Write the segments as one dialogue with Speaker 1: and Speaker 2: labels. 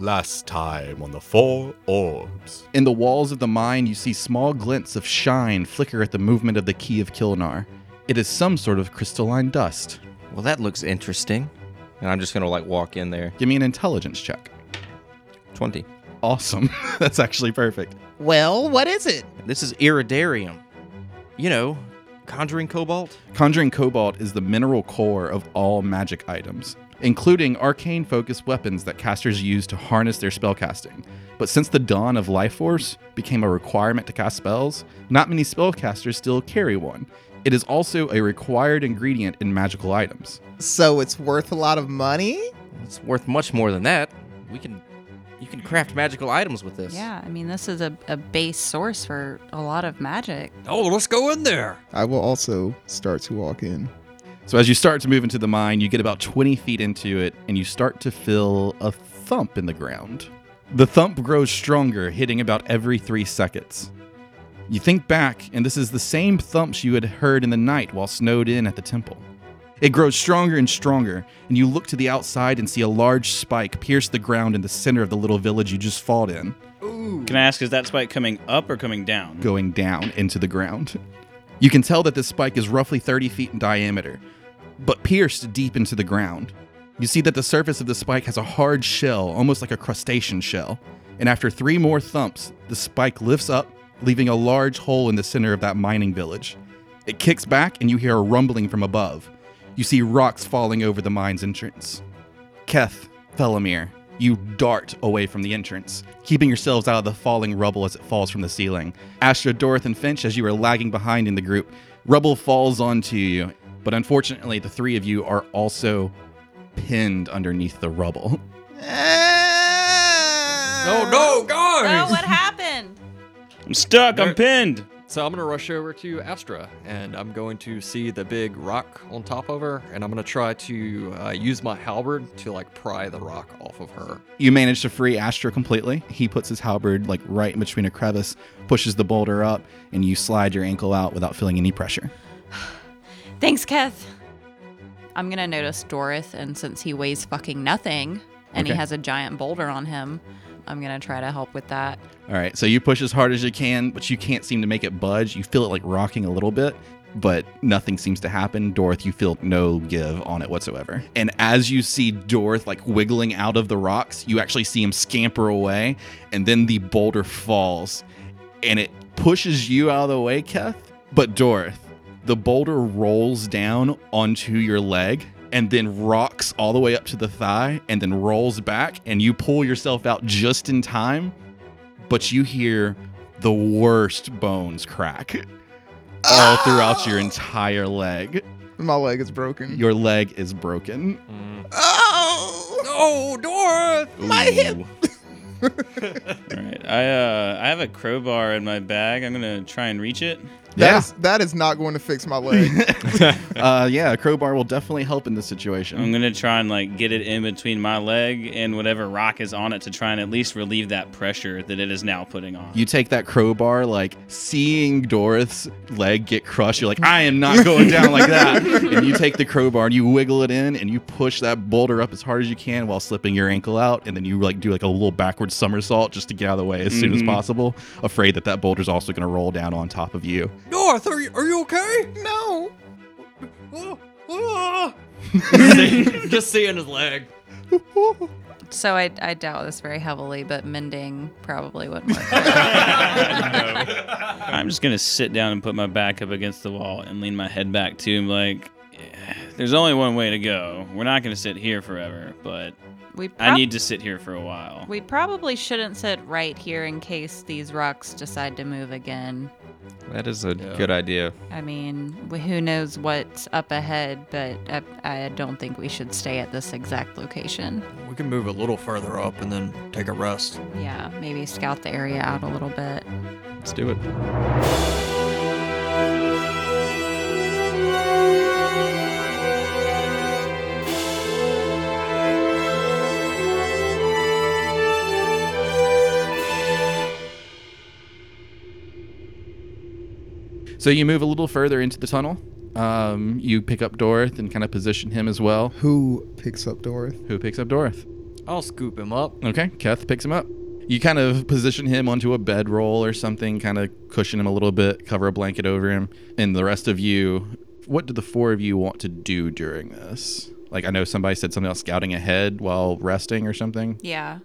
Speaker 1: Last time on the Four Orbs.
Speaker 2: In the walls of the mine, you see small glints of shine flicker at the movement of the key of Kilnar. It is some sort of crystalline dust.
Speaker 3: Well, that looks interesting. And I'm just gonna like walk in there.
Speaker 2: Give me an intelligence check.
Speaker 3: Twenty.
Speaker 2: Awesome. That's actually perfect.
Speaker 3: Well, what is it? This is iridarium. You know, conjuring cobalt.
Speaker 2: Conjuring cobalt is the mineral core of all magic items, including arcane focused weapons that casters use to harness their spellcasting. But since the dawn of Life Force became a requirement to cast spells, not many spellcasters still carry one. It is also a required ingredient in magical items.
Speaker 4: So it's worth a lot of money?
Speaker 3: It's worth much more than that. We can, you can craft magical items with this.
Speaker 5: Yeah, I mean, this is a, a base source for a lot of magic.
Speaker 6: Oh, let's go in there.
Speaker 4: I will also start to walk in.
Speaker 2: So as you start to move into the mine, you get about 20 feet into it and you start to feel a thump in the ground. The thump grows stronger, hitting about every three seconds. You think back, and this is the same thumps you had heard in the night while snowed in at the temple. It grows stronger and stronger, and you look to the outside and see a large spike pierce the ground in the center of the little village you just fought in,
Speaker 7: Can I ask, is that spike coming up or coming down?
Speaker 2: going down into the ground. You can tell that this spike is roughly 30 feet in diameter, but pierced deep into the ground. You see that the surface of the spike has a hard shell, almost like a crustacean shell. And after three more thumps, the spike lifts up, leaving a large hole in the center of that mining village. It kicks back, and you hear a rumbling from above. You see rocks falling over the mine's entrance. Keth, Felomir, you dart away from the entrance, keeping yourselves out of the falling rubble as it falls from the ceiling. Astra, Dorth, and Finch, as you are lagging behind in the group, rubble falls onto you, but unfortunately, the three of you are also pinned underneath the rubble.
Speaker 6: No, no, guys.
Speaker 5: Oh, what happened?
Speaker 7: I'm stuck.
Speaker 6: There-
Speaker 7: I'm pinned.
Speaker 6: So I'm gonna rush over to Astra, and I'm going to see the big rock on top of her, and I'm gonna try to uh, use my halberd to like pry the rock off of her.
Speaker 2: You manage to free Astra completely. He puts his halberd like right in between a crevice, pushes the boulder up, and you slide your ankle out without feeling any pressure.
Speaker 5: Thanks, Keth. I'm gonna notice Dorith, and since he weighs fucking nothing and he
Speaker 2: Okay.
Speaker 5: has a giant boulder on him, I'm gonna try to help with that.
Speaker 2: All right, so you push as hard as you can, but you can't seem to make it budge. You feel it like rocking a little bit, but nothing seems to happen. Dorth, you feel no give on it whatsoever. And as you see Dorth like wiggling out of the rocks, you actually see him scamper away, and then the boulder falls and it pushes you out of the way, Keth. But Dorth, the boulder rolls down onto your leg and then rocks all the way up to the thigh and then rolls back, and you pull yourself out just in time but you hear the worst bones crack all throughout your entire leg.
Speaker 4: My leg is broken.
Speaker 2: Your leg is broken.
Speaker 4: oh!
Speaker 6: No, Dora.
Speaker 2: My hip.
Speaker 7: All right. I uh, I have a crowbar in my bag. I'm gonna try and reach it.
Speaker 2: Yeah.
Speaker 4: That is- that is not going to fix my leg.
Speaker 2: uh, yeah, a crowbar will definitely help in this situation.
Speaker 7: I'm gonna try and like get it in between my leg and whatever rock is on it to try and at least relieve that pressure that it is now putting on.
Speaker 2: You take that crowbar, like seeing Dorothy's leg get crushed, you're like, I am not going down like that. and you take the crowbar and you wiggle it in and you push that boulder up as hard as you can while slipping your ankle out. And then you like do like a little backward somersault just to get out of the way as soon as
Speaker 7: Mhm.
Speaker 2: possible, afraid that that boulder's also going to roll down on top of you.
Speaker 6: North, are you, are you okay?
Speaker 4: no.
Speaker 6: Oh, oh. Just seeing his leg.
Speaker 5: So I, I doubt this very heavily, but mending probably wouldn't work.
Speaker 7: I'm just gonna sit down and put my back up against the wall and lean my head back too. I'm like, "Eh, there's only one way to go. We're not gonna sit here forever, but
Speaker 5: we
Speaker 7: I
Speaker 5: prob-
Speaker 7: need to sit here for a while.
Speaker 5: We probably shouldn't sit right here in case these rocks decide to move again.
Speaker 3: That is a
Speaker 6: Yeah.
Speaker 3: good idea.
Speaker 5: I mean, wh- who knows what's up ahead, but I, I don't think we should stay at this exact location.
Speaker 6: We can move a little further up and then take a rest.
Speaker 5: Yeah, maybe scout the area out a little bit.
Speaker 3: Let's do it.
Speaker 2: So you move a little further into the tunnel. Um, you pick up Dorth and kind of position him as well.
Speaker 4: Who picks up Dorth?
Speaker 2: Who picks up Dorth?
Speaker 6: I'll scoop him up.
Speaker 2: Okay, Keth picks him up. You kind of position him onto a bedroll or something, kind of cushion him a little bit, cover a blanket over him. And the rest of you, what do the four of you want to do during this? Like, I know somebody said something about scouting ahead while resting or something.
Speaker 5: Yeah.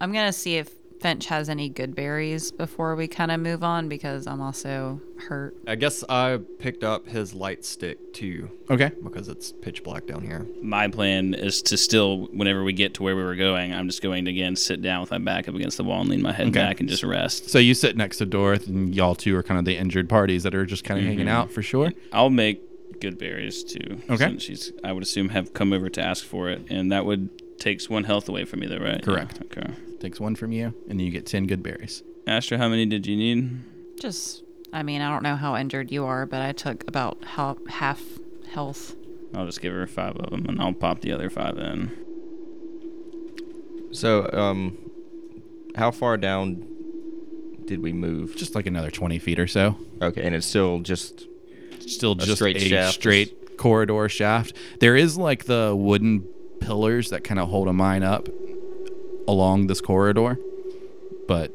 Speaker 5: I'm going to see if Finch has any good berries before we kind of move on because I'm also hurt.
Speaker 6: I guess I picked up his light stick too
Speaker 2: Okay.
Speaker 6: because it's pitch black down here.
Speaker 7: My plan is to still, whenever we get to where we were going, I'm just going to again sit down with my back up against the wall and lean my head
Speaker 2: Okay.
Speaker 7: back and just rest.
Speaker 2: So you sit next to Dorth, and y'all two are kind of the injured parties that are just kind of hanging out for sure.
Speaker 7: I'll make good berries too.
Speaker 2: Okay.
Speaker 7: since she's, I would assume, have come over to ask for it, and that would takes one health away from me, though, right?
Speaker 2: Correct.
Speaker 7: Yeah, Okay.
Speaker 2: Takes one from you, and then you get 10 good berries.
Speaker 7: Astra, how many did you need?
Speaker 5: Just, I mean, I don't know how injured you are, but I took about ha- half health.
Speaker 7: I'll just give her five of them, and I'll pop the other five in.
Speaker 3: So, um, how far down did we move?
Speaker 2: Just like another 20 feet or so.
Speaker 3: Okay, and it's still just
Speaker 2: still just
Speaker 3: straight
Speaker 2: a
Speaker 3: shaft.
Speaker 2: straight corridor shaft. There is like the wooden pillars that kind of hold a mine up along this corridor, but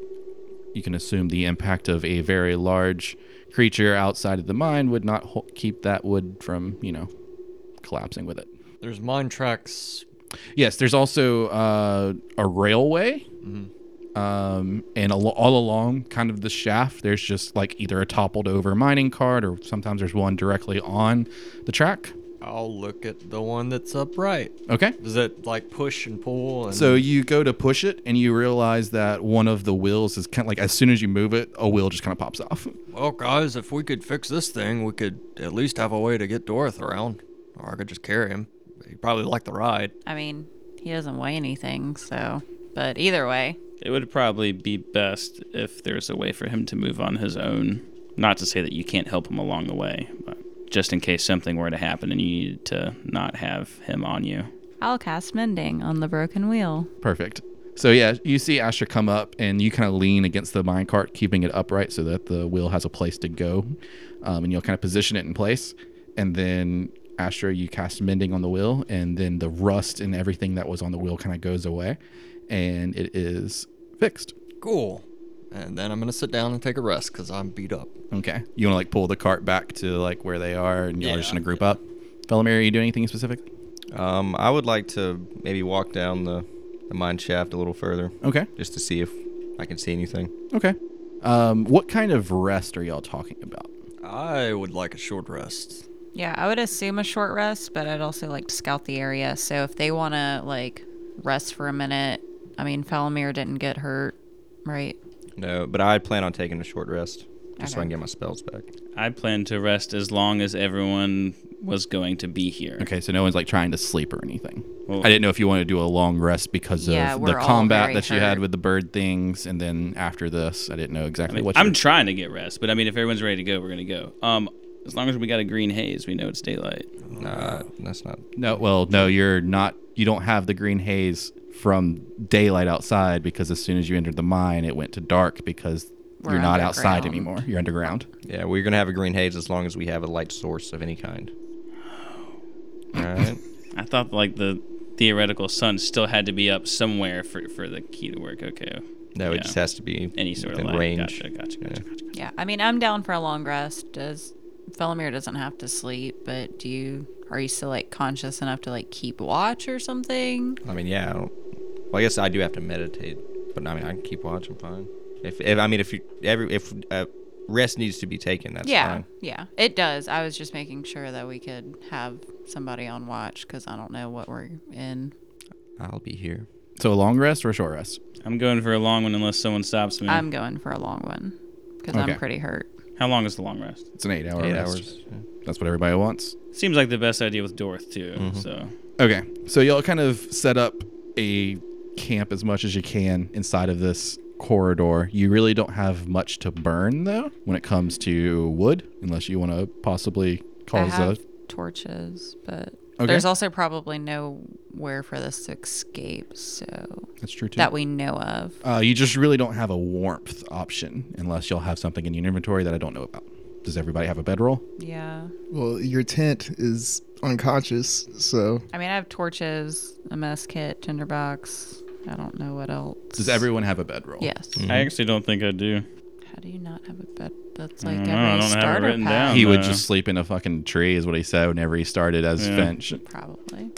Speaker 2: you can assume the impact of a very large creature outside of the mine would not ho- keep that wood from you know collapsing with it.
Speaker 6: There's mine tracks.
Speaker 2: Yes, there's also uh, a railway.
Speaker 3: Mm-hmm.
Speaker 2: Um, and al- all along kind of the shaft, there's just like either a toppled over mining cart or sometimes there's one directly on the track.
Speaker 6: I'll look at the one that's upright.
Speaker 2: Okay.
Speaker 6: Does it like push and pull? And
Speaker 2: So you go to push it and you realize that one of the wheels is kind of like as soon as you move it, a wheel just kind of pops off.
Speaker 6: well, guys, if we could fix this thing, we could at least have a way to get Dorth around, or I could just carry him. He probably like the ride.
Speaker 5: I mean, he doesn't weigh anything, so. But either way,
Speaker 7: It would probably be best if there's a way for him to move on his own. Not to say that you can't help him along the way, but just in case something were to happen and you needed to not have him on you.
Speaker 5: I'll cast mending on the broken wheel.
Speaker 2: Perfect. So yeah, you see Asher come up and you kind of lean against the minecart, keeping it upright so that the wheel has a place to go, um, and you'll kind of position it in place. And then Asher, you cast mending on the wheel, and then the rust and everything that was on the wheel kind of goes away, and it is fixed.
Speaker 6: Cool. And then I'm gonna sit down and take a rest because I'm beat up.
Speaker 2: Okay. You want to like pull the cart back to like where they are, and you're just gonna group up. Felomir, are you doing anything specific?
Speaker 3: Um, I would like to maybe walk down the, the mine shaft a little further
Speaker 2: Okay.
Speaker 3: just to see if I can see anything.
Speaker 2: Okay. Um, what kind of rest are y'all talking about?
Speaker 6: I would like a short rest.
Speaker 5: Yeah, I would assume a short rest, but I'd also like to scout the area. So if they want to, like, rest for a minute, I mean, Falomir didn't get hurt, right?
Speaker 3: No, but I plan on taking a short rest just so I
Speaker 5: Okay.
Speaker 3: can get my spells back.
Speaker 7: I plan to rest as long as everyone was going to be here.
Speaker 2: Okay, so no one's like trying to sleep or anything.
Speaker 7: Well-
Speaker 2: I didn't know if you wanted to do a long rest because
Speaker 5: Yeah,
Speaker 2: of
Speaker 5: we're
Speaker 2: the
Speaker 5: all
Speaker 2: combat
Speaker 5: very
Speaker 2: that you had
Speaker 5: hurt.
Speaker 2: with the bird things, and then after this, I didn't know
Speaker 7: I
Speaker 2: exactly
Speaker 7: mean,
Speaker 2: what. you
Speaker 7: I'm
Speaker 2: were-
Speaker 7: trying to get rest, but I mean, if everyone's ready to go, we're going to go. Um, as long as we got a green haze, we know it's daylight.
Speaker 3: Nah, that's not.
Speaker 2: no, well, no, you're not. You don't have the green haze from daylight outside because as soon as you entered the mine, it went to dark because
Speaker 5: We're
Speaker 2: you're not outside
Speaker 5: underground.
Speaker 2: anymore. You're underground.
Speaker 3: Yeah, we're gonna have a green haze as long as we have a light source of any kind. All right.
Speaker 7: I thought like the theoretical sun still had to be up somewhere for, for the key to work. Okay.
Speaker 3: No,
Speaker 7: Yeah.
Speaker 3: it just has to be
Speaker 7: Any sort
Speaker 3: within
Speaker 7: of light.
Speaker 3: range.
Speaker 7: Gotcha, gotcha, gotcha, gotcha.
Speaker 5: Yeah, I mean, I'm down for a long rest. Does Felomir doesn't have to sleep, but do you are you still like conscious enough to like keep watch or something?
Speaker 3: I mean, yeah. I don't, well, I guess I do have to meditate, but I mean, I can keep watching fine. If, if I mean, if you every if uh, rest needs to be taken, that's
Speaker 5: yeah,
Speaker 3: fine.
Speaker 5: yeah, it does. I was just making sure that we could have somebody on watch because I don't know what we're in.
Speaker 3: I'll be here.
Speaker 2: So a long rest or a short rest?
Speaker 7: I'm going for a long one unless someone stops me.
Speaker 5: I'm going for a long one because
Speaker 2: Okay.
Speaker 5: I'm pretty hurt.
Speaker 7: How long is the long rest?
Speaker 2: It's an eight-hour
Speaker 3: Eight
Speaker 2: rest.
Speaker 3: hours. yeah.
Speaker 2: That's what everybody wants.
Speaker 7: Seems like the best idea with Dorth too. So
Speaker 2: Okay. So y'all kind of set up a camp as much as you can inside of this corridor. You really don't have much to burn though when it comes to wood, unless you want to possibly
Speaker 5: I
Speaker 2: cause
Speaker 5: have
Speaker 2: a
Speaker 5: torches, but
Speaker 2: Okay.
Speaker 5: there's also probably nowhere for this to escape, so
Speaker 2: that's true too.
Speaker 5: that we know of.
Speaker 2: uh, you just really don't have a warmth option unless y'all have something in your inventory that I don't know about. Does everybody have a bedroll?
Speaker 5: Yeah.
Speaker 4: Well, your tent is unconscious, so
Speaker 5: I mean, I have torches, a mess kit, tinderbox, I don't know what else.
Speaker 2: Does everyone have a bedroll?
Speaker 5: Yes.
Speaker 7: I actually don't think I do.
Speaker 5: How do you not have a bed? That's
Speaker 7: I
Speaker 5: like
Speaker 7: don't
Speaker 5: every
Speaker 7: know, I don't have it
Speaker 5: starter
Speaker 7: written
Speaker 5: pack.
Speaker 7: down.
Speaker 2: He would
Speaker 7: No.
Speaker 2: just sleep in a fucking tree, is what he said whenever he started as
Speaker 7: Yeah.
Speaker 2: Finch.
Speaker 5: Probably.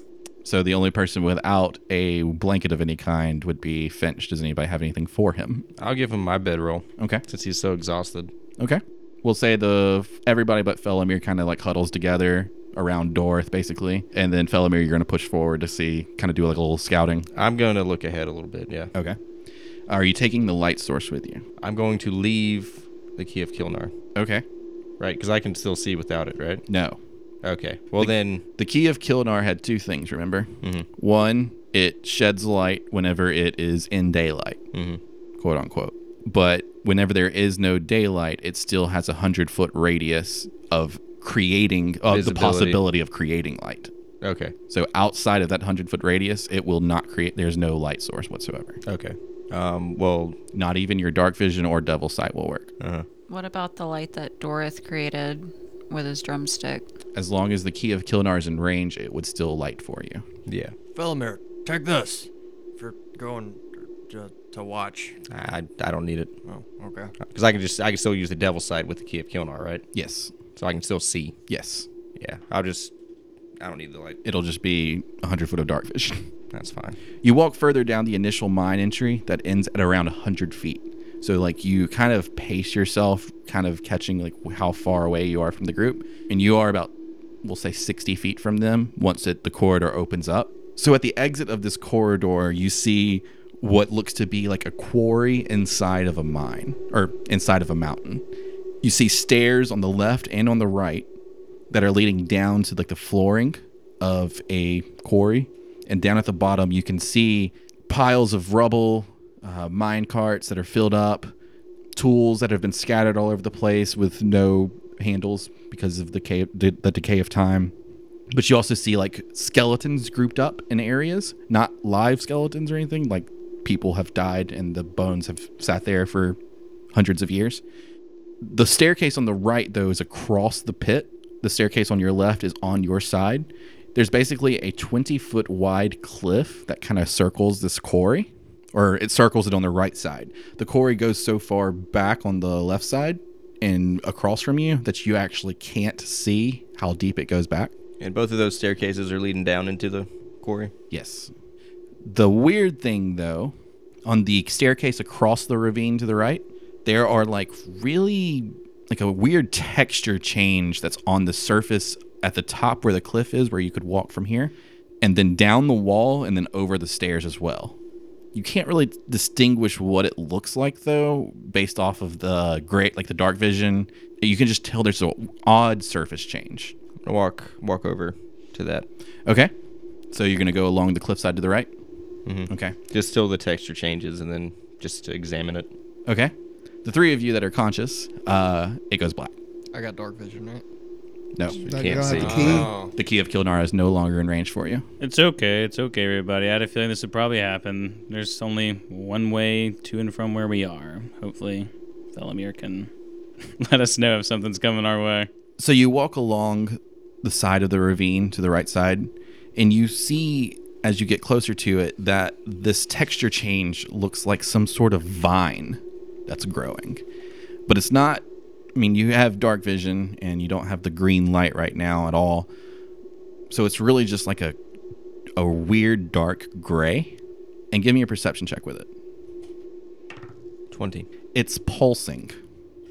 Speaker 2: So the only person without a blanket of any kind would be Finch. Does anybody have anything for him?
Speaker 3: I'll give him my bedroll
Speaker 2: Okay.
Speaker 3: since he's so exhausted.
Speaker 2: Okay. We'll say the everybody but Felomir kind of like huddles together around Dorth basically, and then Felomir you're going to push forward to see kind of do like a little scouting.
Speaker 3: I'm going to look ahead a little bit. Yeah,
Speaker 2: Okay. Are you taking the light source with you?
Speaker 3: I'm going to leave the key of Kilnar,
Speaker 2: Okay.
Speaker 3: right? Because I can still see without it, right?
Speaker 2: No.
Speaker 3: Okay. Well then,
Speaker 2: The key of Kilnar had two things, remember? One, it sheds light whenever it is in daylight, quote unquote. But whenever there is no daylight, it still has a hundred foot radius of creating, of the
Speaker 3: Visibility.
Speaker 2: possibility of creating light.
Speaker 3: okay,
Speaker 2: So outside of that hundred foot radius, it will not create. There's no light source whatsoever.
Speaker 3: okay. Um, well,
Speaker 2: Not even your dark vision or devil sight will work.
Speaker 5: What about the light that Dorith created with his drumstick?
Speaker 2: As long as the key of Kilnar is in range, it would still light for you.
Speaker 3: yeah.
Speaker 6: Felomir, take this for going to, to watch.
Speaker 3: I I don't need it
Speaker 6: Oh, okay.
Speaker 3: because I can just I can still use the devil sight with the key of Kilnar, right?
Speaker 2: Yes.
Speaker 3: So I can still see.
Speaker 2: Yes.
Speaker 3: Yeah. I'll just I don't need the light.
Speaker 2: It'll just be hundred foot of dark vision.
Speaker 3: That's fine.
Speaker 2: You walk further down the initial mine entry that ends at around 100 feet. So, like, you kind of pace yourself, kind of catching, like, how far away you are from the group. And you are about, we'll say, 60 feet from them once it, the corridor opens up. So, at the exit of this corridor, you see what looks to be like a quarry inside of a mine or inside of a mountain. You see stairs on the left and on the right that are leading down to like the flooring of a quarry and down at the bottom you can see piles of rubble uh, mine carts that are filled up tools that have been scattered all over the place with no handles because of the, ca- the, the decay of time but you also see like skeletons grouped up in areas not live skeletons or anything like people have died and the bones have sat there for hundreds of years the staircase on the right, though, is across the pit. The staircase on your left is on your side. There's basically a 20 foot wide cliff that kind of circles this quarry, or it circles it on the right side. The quarry goes so far back on the left side and across from you that you actually can't see how deep it goes back.
Speaker 3: And both of those staircases are leading down into the quarry.
Speaker 2: Yes. The weird thing, though, on the staircase across the ravine to the right, there are like really like a weird texture change that's on the surface at the top where the cliff is, where you could walk from here, and then down the wall and then over the stairs as well. You can't really distinguish what it looks like though, based off of the great like the dark vision. You can just tell there's an odd surface change.
Speaker 3: I'm gonna walk walk over to that.
Speaker 2: Okay, so you're gonna go along the cliffside to the right. Okay.
Speaker 3: Just till the texture changes and then just to examine it.
Speaker 2: Okay. The three of you that are conscious, uh, it goes black.
Speaker 6: I got dark vision, right?
Speaker 2: No.
Speaker 4: Like,
Speaker 3: can't
Speaker 4: you don't
Speaker 3: see.
Speaker 4: have the key.
Speaker 2: The key of Kilnara is no longer in range for you.
Speaker 7: It's okay. It's okay, everybody. I had a feeling this would probably happen. There's only one way to and from where we are. Hopefully, Felomir can let us know if something's coming our way.
Speaker 2: So you walk along the side of the ravine to the right side, and you see as you get closer to it that this texture change looks like some sort of vine that's growing. But it's not, I mean, you have dark vision and you don't have the green light right now at all. So it's really just like a, a weird dark gray. And give me a perception check with it.
Speaker 3: Twenty.
Speaker 2: It's pulsing.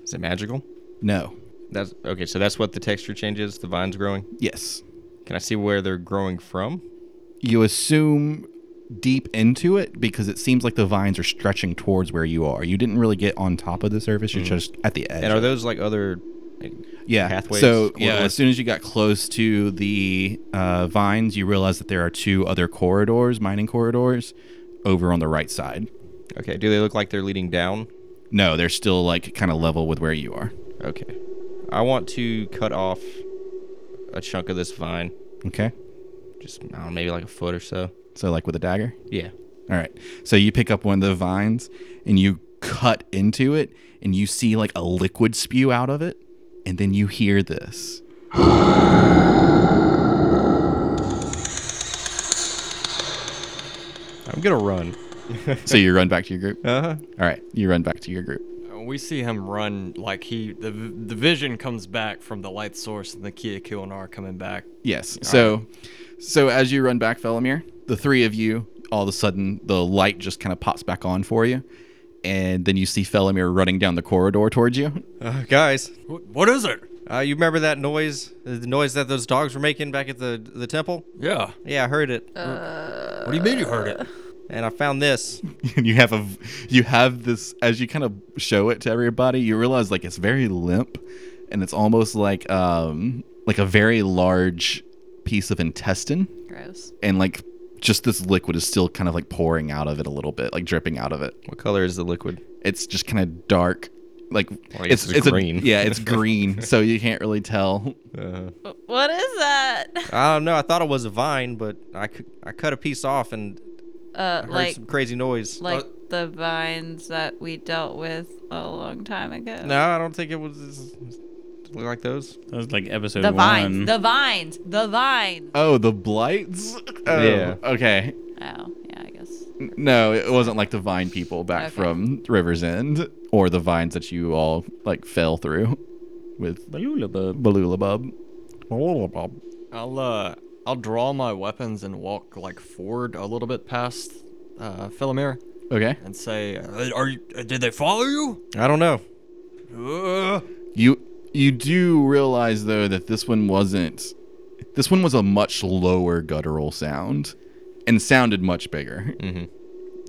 Speaker 3: Is it magical?
Speaker 2: No.
Speaker 3: That's okay. So that's what the texture changes. The vines growing.
Speaker 2: Yes.
Speaker 3: Can I see where they're growing from?
Speaker 2: You assume deep into it because it seems like the vines are stretching towards where you are. You didn't really get on top of the surface. You're just at the edge.
Speaker 3: Mm. And are those like other? like,
Speaker 2: yeah.
Speaker 3: pathways,
Speaker 2: So yeah,
Speaker 3: corridors?
Speaker 2: as soon as you got close to the uh, vines, you realize that there are two other corridors, mining corridors, over on the right side.
Speaker 3: Okay. Do they look like they're leading down?
Speaker 2: No, they're still like kind of level with where you are.
Speaker 3: Okay. I want to cut off a chunk of this vine.
Speaker 2: Okay.
Speaker 3: Just I don't know, maybe like a foot or so.
Speaker 2: So like with a dagger.
Speaker 3: Yeah.
Speaker 2: All right. So you pick up one of the vines and you cut into it and you see like a liquid spew out of it and then you hear this.
Speaker 3: I'm gonna run.
Speaker 2: so you run back to your group.
Speaker 3: Uh huh.
Speaker 2: All right, you run back to your group.
Speaker 6: Uh, We see him run like he the v- the vision comes back from the light source and the Kia Kilinar coming back.
Speaker 2: Yes. so, so as you run back, Felomir, the three of you, all of a sudden, the light just kind of pops back on for you, and then you see Felomir running down the corridor towards you.
Speaker 3: Uh, guys,
Speaker 6: Wh- What is it?
Speaker 3: uh, you remember that noise? uh, The noise that those dogs were making back at the the temple?
Speaker 6: Yeah.
Speaker 3: Yeah, I heard it,
Speaker 5: Uh,
Speaker 6: What do you mean you heard it?
Speaker 3: and I found this.
Speaker 2: and you have a, v- you have this as you kind of show it to everybody. You realize like it's very limp, and it's almost like um like a very large piece of intestine,
Speaker 5: Gross.
Speaker 2: and like just this liquid is still kind of like pouring out of it a little bit, like dripping out of it.
Speaker 3: What color is the liquid?
Speaker 2: it's just kind of dark like
Speaker 3: I guess it's
Speaker 2: a-
Speaker 3: green.
Speaker 2: yeah it's green so you can't really tell
Speaker 5: What is that?
Speaker 3: I don't know. I thought it was a vine, but I, cu- I cut a piece off and
Speaker 5: Uh,
Speaker 3: heard
Speaker 5: like
Speaker 3: some uh, crazy noise.
Speaker 6: Uh,
Speaker 5: like the vines that we dealt with a long time ago.
Speaker 3: no, I don't think it was it looked like those.
Speaker 7: That was like episode
Speaker 5: The
Speaker 7: one.
Speaker 5: vines. The vines. The vines.
Speaker 2: oh the blights oh,
Speaker 3: Yeah.
Speaker 2: okay
Speaker 5: Oh, yeah, I guess.
Speaker 2: N- no it wasn't like the vine people back
Speaker 5: Okay.
Speaker 2: from river's end or the vines that you all like fell through with
Speaker 7: Balulabub.
Speaker 2: balulabub
Speaker 6: I'll uh I'll draw my weapons and walk like forward a little bit past uh Philomere
Speaker 2: okay
Speaker 6: and say, uh, "Are you, uh, did they follow you?"
Speaker 3: I don't know.
Speaker 6: Uh,
Speaker 2: you you do realize though that this one wasn't this one was a much lower guttural sound and sounded much bigger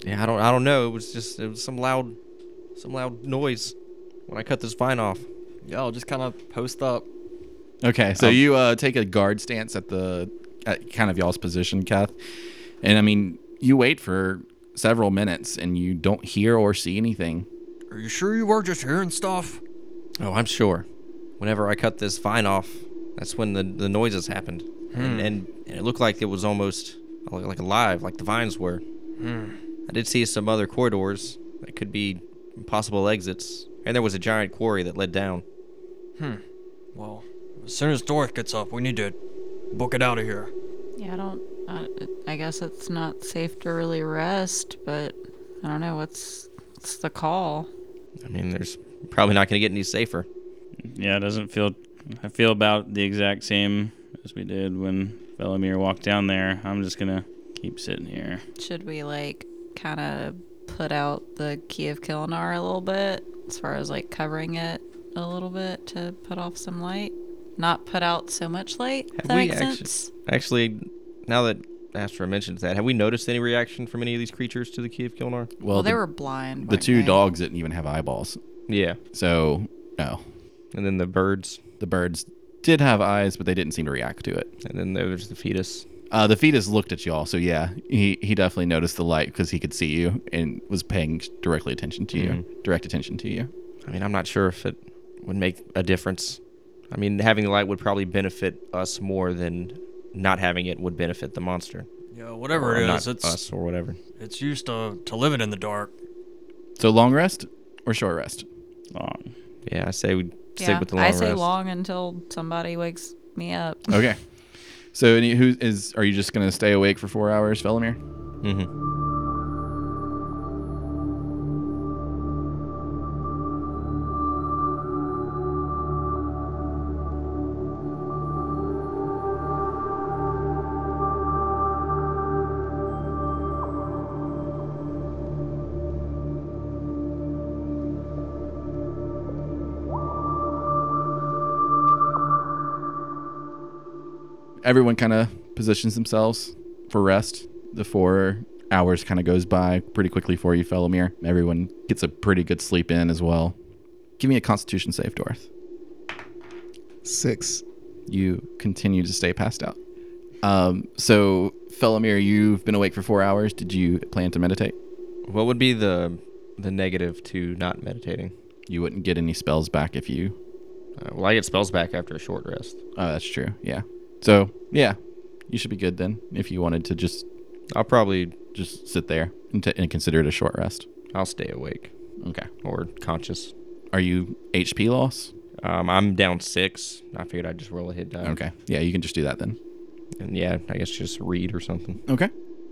Speaker 3: Yeah, I don't I don't know. It was just it was some loud some loud noise when I cut this vine off.
Speaker 6: yeah, I'll just kind of post up.
Speaker 2: Okay, so you uh, take a guard stance at the at kind of y'all's position, Kath, and I mean you wait for several minutes and you don't hear or see anything.
Speaker 6: Are you sure you were just hearing stuff?
Speaker 3: Oh, I'm sure. Whenever I cut this vine off, that's when the, the noises happened. And, and and it looked like it was almost like alive, like the vines were. I did see some other corridors that could be possible exits. And there was a giant quarry that led down.
Speaker 6: Well, as soon as Dorth gets up, we need to book it out of here.
Speaker 5: Yeah, I don't. I, I guess it's not safe to really rest, but I don't know. What's, what's the call?
Speaker 3: I mean, there's probably not going to get any safer.
Speaker 7: Yeah, it doesn't feel. I feel about the exact same as we did when Velimir walked down there. I'm just gonna keep sitting here.
Speaker 5: Should we, like, kind of put out the key of Kilinar a little bit as far as, like, covering it a little bit to put off some light? Not put out so much light? Does
Speaker 3: Have
Speaker 5: that
Speaker 3: we
Speaker 5: make
Speaker 3: actu-
Speaker 5: sense?
Speaker 3: Actually, now that Astra mentions that, have we noticed any reaction from any of these creatures to the key of Kilnar?
Speaker 2: Well,
Speaker 5: Well,
Speaker 2: the,
Speaker 5: they were blind.
Speaker 2: the
Speaker 5: weren't
Speaker 2: two
Speaker 5: they?
Speaker 2: dogs didn't even have eyeballs,
Speaker 3: Yeah.
Speaker 2: so no.
Speaker 3: And then the birds.
Speaker 2: The birds did have eyes, but they didn't seem to react to it.
Speaker 3: And then there's the fetus.
Speaker 2: Uh, the fetus looked at y'all, so yeah, he he definitely noticed the light because he could see you and was paying directly attention to you, direct attention to you.
Speaker 3: I mean, I'm not sure if it would make a difference. I mean, having the light would probably benefit us more than not having it would benefit the monster.
Speaker 6: Yeah, whatever
Speaker 3: Or
Speaker 6: it
Speaker 3: not
Speaker 6: is, it's
Speaker 3: us or whatever.
Speaker 6: it's used to to living in the dark.
Speaker 2: So long rest or short rest?
Speaker 7: Long.
Speaker 3: Yeah, I say we stick
Speaker 5: Yeah,
Speaker 3: with the long
Speaker 5: I say
Speaker 3: rest.
Speaker 5: long until somebody wakes me up.
Speaker 2: Okay. So any, who is? Are you just gonna stay awake for four hours, Felomir?
Speaker 3: Mhm.
Speaker 2: Everyone kind of positions themselves for rest. The four hours kind of goes by pretty quickly for you, Felomir. Everyone gets a pretty good sleep in as well. Give me a Constitution save, Dorth.
Speaker 4: Six.
Speaker 2: You continue to stay passed out. Um, so, Felomir, you've been awake for four hours. Did you plan to meditate?
Speaker 3: What would be the the negative to not meditating?
Speaker 2: You wouldn't get any spells back if you.
Speaker 3: Uh, well, I get spells back after a short rest.
Speaker 2: Oh, that's true. Yeah. So, yeah, you should be good then if you wanted to just
Speaker 3: I'll probably
Speaker 2: just sit there and, t- and consider it a short rest.
Speaker 3: I'll stay awake
Speaker 2: Okay.
Speaker 3: or conscious.
Speaker 2: Are you HP loss?
Speaker 3: Um, I'm down six. I figured I'd just roll a hit die.
Speaker 2: Okay. Yeah, you can just do that then.
Speaker 3: And yeah, I guess just read or something.
Speaker 2: Okay.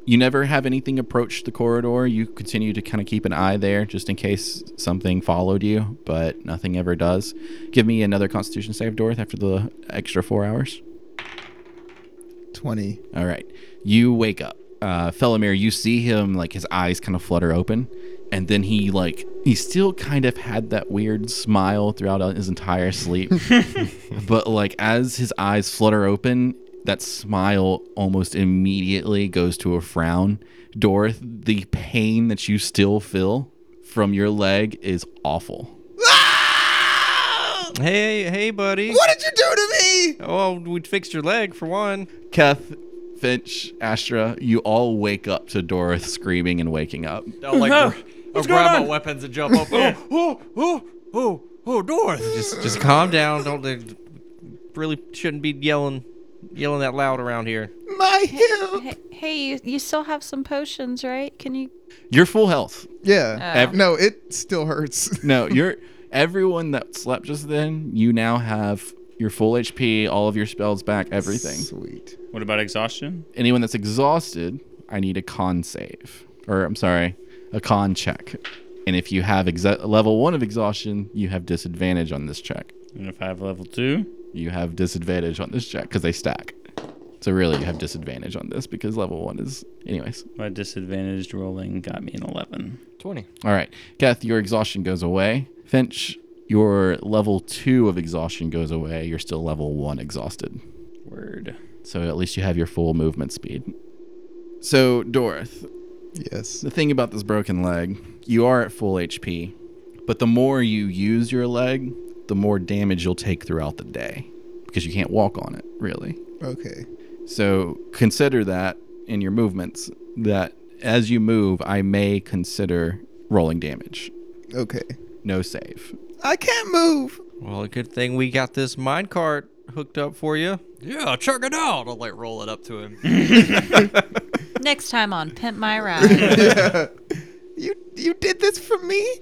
Speaker 2: You never have anything approach the corridor. You continue to kind of keep an eye there just in case something followed you, but nothing ever does. Give me another Constitution save, Dorth, after the extra four hours.
Speaker 4: 20.
Speaker 2: All right. You wake up. Uh, Felomir, you see him, like, his eyes kind of flutter open. And then he, like, he still kind of had that weird smile throughout his entire sleep. but, like, as his eyes flutter open, that smile almost immediately goes to a frown. Dorth, the pain that you still feel from your leg is awful.
Speaker 3: Hey, hey, buddy.
Speaker 4: What did you do to me?
Speaker 3: Oh, we fixed your leg for one.
Speaker 2: Keth, Finch, Astra, you all wake up to Dorth screaming and waking up.
Speaker 6: I'll like
Speaker 7: Huh?
Speaker 6: gr- I'll
Speaker 7: What's
Speaker 6: grab
Speaker 7: going
Speaker 6: my
Speaker 7: on?
Speaker 6: weapons and jump up. oh, oh, oh, oh, oh, North.
Speaker 3: Just, just calm down. Don't. they Really shouldn't be yelling, yelling that loud around here.
Speaker 4: My hip.
Speaker 5: Hey, hey you, you still have some potions, right? Can you? uh,
Speaker 2: You're full health.
Speaker 4: Yeah.
Speaker 5: Ev-
Speaker 4: no, it still hurts.
Speaker 2: No, you're everyone that slept just then, you now have your full HP, all of your spells back, everything.
Speaker 4: Sweet.
Speaker 7: What about exhaustion?
Speaker 2: Anyone that's exhausted, I need a con save. Or I'm sorry, a con check. And if you have exa- level 1 of exhaustion, you have disadvantage on this check.
Speaker 7: And if I have level two,
Speaker 2: You have disadvantage on this check because they stack. So really you have disadvantage on this because level 1 is anyways.
Speaker 7: my disadvantaged rolling got me an 11.
Speaker 6: 20.
Speaker 2: All right, Kath, your exhaustion goes away. Finch, your level two of exhaustion goes away. You're still level one exhausted.
Speaker 7: Word.
Speaker 2: So at least you have your full movement speed. So, Dorth,
Speaker 4: Yes.
Speaker 2: the thing about this broken leg, you are at full HP, but the more you use your leg, the more damage you'll take throughout the day because you can't walk on it, really.
Speaker 4: Okay.
Speaker 2: So consider that in your movements that as you move, I may consider rolling damage.
Speaker 4: Okay.
Speaker 2: No save.
Speaker 4: I can't move.
Speaker 3: Well, a good thing we got this mine cart hooked up for you.
Speaker 6: Yeah, check it out. I'll like roll it up to him.
Speaker 5: Next time on Pimp My Ride.
Speaker 4: You you did this for me?